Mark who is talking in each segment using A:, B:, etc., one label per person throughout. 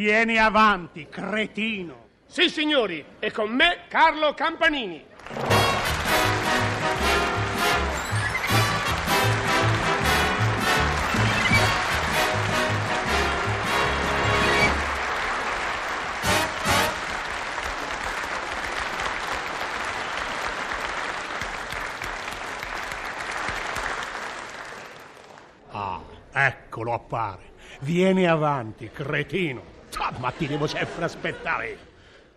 A: Vieni avanti, cretino.
B: Sì, signori, e con me Carlo Campanini.
A: Ah, eccolo appare. Vieni avanti, cretino. Ah, Ma ti devo sempre aspettare. io.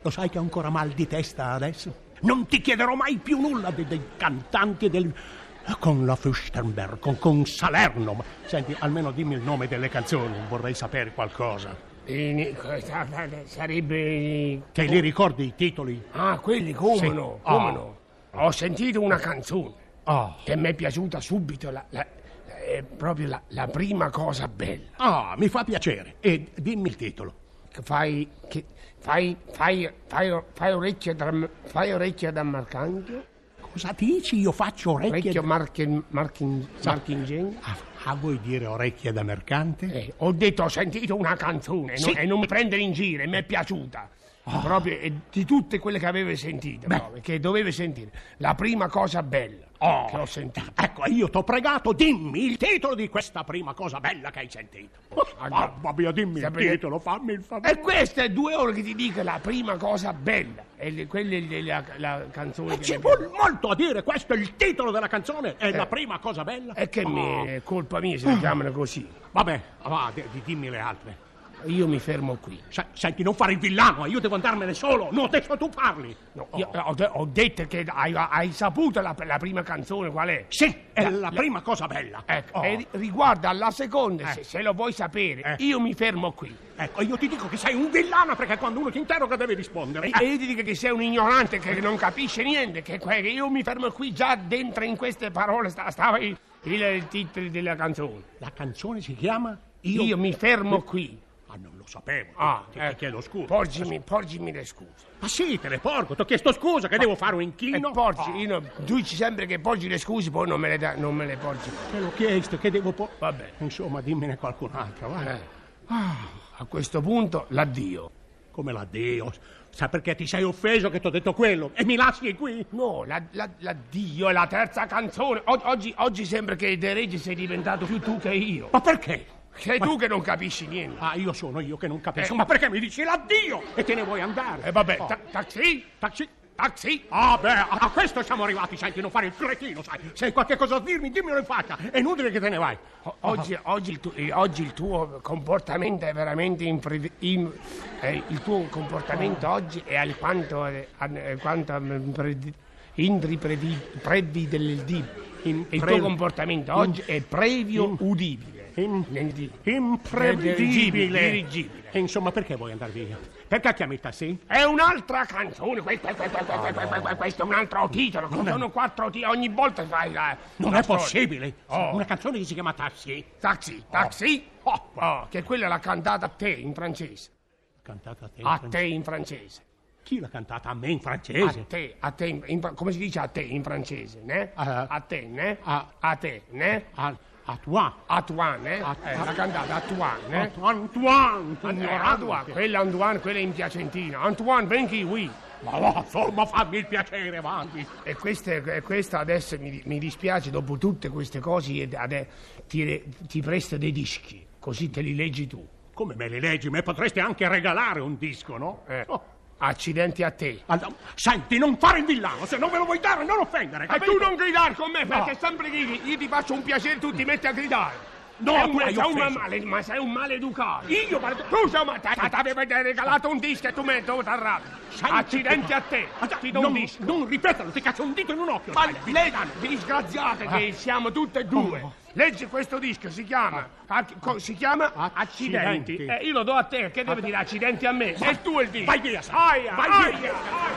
A: Lo sai che ho ancora mal di testa adesso? Non ti chiederò mai più nulla de- dei cantanti e del... eh, Con la Fustenberg, con, con Salerno. Ma, Senti, almeno dimmi il nome delle canzoni, vorrei sapere qualcosa.
B: I- cosa- Sarebbe...
A: Te li ricordi i titoli?
B: Ah, quelli, come
A: Sì.
B: no,
A: Ah.
B: come no. Ho sentito una canzone
A: Ah,
B: che mi è piaciuta subito, la- la- è proprio la, la prima cosa bella.
A: ah, mi fa piacere. E dimmi il titolo.
B: Che fai, che fai, fai, fai, fai orecchio da, fai orecchio da marcangio,
A: Cosa dici? Io faccio orecchie...
B: orecchio marchen- marchen- marchingegno.
A: Ah, ah, vuoi dire orecchie da mercante?
B: Eh, ho detto, ho sentito una canzone
A: Sì. Ah.
B: no? e non prendere in giro, e mi è piaciuta. Proprio eh, di tutte quelle che avevo sentito, no? che dovevo sentire. La prima cosa bella
A: Oh.
B: che ho sentito.
A: Ecco, io t'ho pregato, dimmi il titolo di questa prima cosa bella che hai sentito.
B: Ah, no.
A: Mamma mia, dimmi il
B: Sapete-
A: titolo, fammi il favore.
B: E queste due ore che ti dico la prima cosa bella. E le- quella è le- la, la canzone
A: Eh, Ci
B: che mi è
A: vuol molto a dire, questo è il titolo della canzone, è la prima cosa bella.
B: E Eh. che mi-
A: Oh,
B: è colpa mia se la chiamano così.
A: Vabbè, va, di- di- dimmi le altre.
B: Io mi fermo qui.
A: Se- senti, non fare il villano, eh, io devo andarmene solo. No, adesso tu parli.
B: No, io- ho, de- ho detto che hai, hai saputo la, la prima canzone qual è.
A: Sì, è la, prima cosa bella.
B: Ecco,
A: Oh,
B: e ri- riguardo alla seconda, se,
A: Eh.
B: se lo vuoi sapere,
A: Eh.
B: io mi fermo qui.
A: ecco, io ti dico che sei un villano perché quando uno ti interroga deve rispondere.
B: E, e io ti dico che sei un ignorante che non capisce niente, che, que- che io mi fermo qui già dentro in queste parole sta- stava il, il- il titolo della canzone.
A: La canzone si chiama
B: Io, mi fermo qui.
A: Ah, non lo sapevo.
B: Ah,
A: ti, ti
B: ecco.
A: chiedo scusa.
B: Porgimi, porgimi le scuse.
A: Ma sì, te le porgo, ti ho chiesto scusa, che devo fare un
B: E
A: inchino.
B: Eh, porgi,
A: Ah,
B: io no- tu dici sempre che porgi le scuse, poi non me le, da- non me le porgi. più.
A: Ah, te l'ho chiesto, che devo po-
B: Vabbè.
A: Insomma, dimmene qualcun'altra, va.
B: Eh. A questo punto l'addio.
A: Come la Dio. Sa perché ti sei offeso che ti ho detto quello? E mi lasci qui?
B: No, la- la- l'addio è la terza canzone. O- oggi, oggi sembra che De Regi sei diventato più tu che io.
A: Ma perché?
B: Sei tu che non capisci niente.
A: Ah, io sono io che non capisco.
B: Eh.
A: Ma perché mi dici l'addio e te ne vuoi andare?
B: E Eh, vabbè,
A: Oh,
B: ta- taxi,
A: taxi.
B: taxi.
A: Ah, beh, a, a questo siamo arrivati, senti, non fare il cretino, sai. Se hai qualche cosa da dirmi, dimmelo in faccia. È inutile che te ne vai.
B: O- Oggi, oggi il tu- eh, oggi il tuo comportamento è veramente imprevi- im- eh, il tuo comportamento oggi è alquanto, eh, an- eh, quanto am- predi- indri previ, previ del di.
A: In-
B: il
A: pre-
B: tuo comportamento oggi è previo udibile.
A: in-
B: Nel di-
A: Imprevedibile.
B: Eh, Dirigibile.
A: E Insomma, perché vuoi andare via? Perché chiami il taxi?
B: È un'altra canzone, que- que- que- que- que- que- que- que- questo è un altro titolo,
A: Non è-
B: sono quattro titoli, ogni volta fai la...
A: Non
B: la
A: è
B: storia.
A: possibile!
B: Oh.
A: Una canzone che si chiama Taxi,
B: Taxi, taxi, oh, oh, che quella l'ha cantata a te in francese.
A: cantata a te. in
B: A
A: fran-
B: te in francese.
A: Chi l'ha cantata a me in
B: A
A: francese?
B: te, a te, in- in- come si dice a te in francese, ne?
A: Ah.
B: A te, ne?
A: Ah.
B: A te, ne?
A: A, a toi!
B: A toi, ne?
A: A-
B: Eh,
A: a-
B: l'ha cantata a toi,
A: A
B: ne?
A: toi, Antoine!
B: Eh, A
A: ignorante.
B: toi, quella Antoine, quella in Piacentina. Antoine, venchi qui.
A: Ma va, insomma, fammi il piacere, vai!
B: E questa, e questa adesso mi, mi dispiace, dopo tutte queste cose, io ade- ti, re- ti presto dei dischi, così te li leggi tu.
A: Come me le leggi? Me potresti anche regalare un disco, no?
B: Eh.
A: Oh.
B: Accidenti a te.
A: Allora, senti, non fare il villano, se non me lo vuoi dare, non offendere,
B: E
A: capito?
B: tu non gridare con me, perché
A: No.
B: sempre gridi, io ti faccio un piacere, tu ti metti a gridare.
A: No,
B: Sei un-
A: tu hai
B: sei un
A: offeso.
B: male- ma sei un maleducato.
A: Io, ma...
B: Tu sei ma ti avevo regalato un disco e tu mi hai dovuto arrabbiare.
A: Senti-
B: Accidenti a te,
A: Allora,
B: ti do
A: non,
B: un disco.
A: non ripetalo, ti caccio un dito in un occhio!
B: Ma
A: sai.
B: legano,
A: Ah.
B: disgraziate che siamo
A: Oh,
B: tutte e due. Leggi questo disco, si chiama. a- co- si chiama
A: Ah. Accidenti. Ah.
B: Accidenti. Eh, io lo do a te, che devi dire accidenti a me? E tu il disco.
A: Vai via, Sara.
B: Aia,
A: Vai
B: aia,
A: via.
B: aia.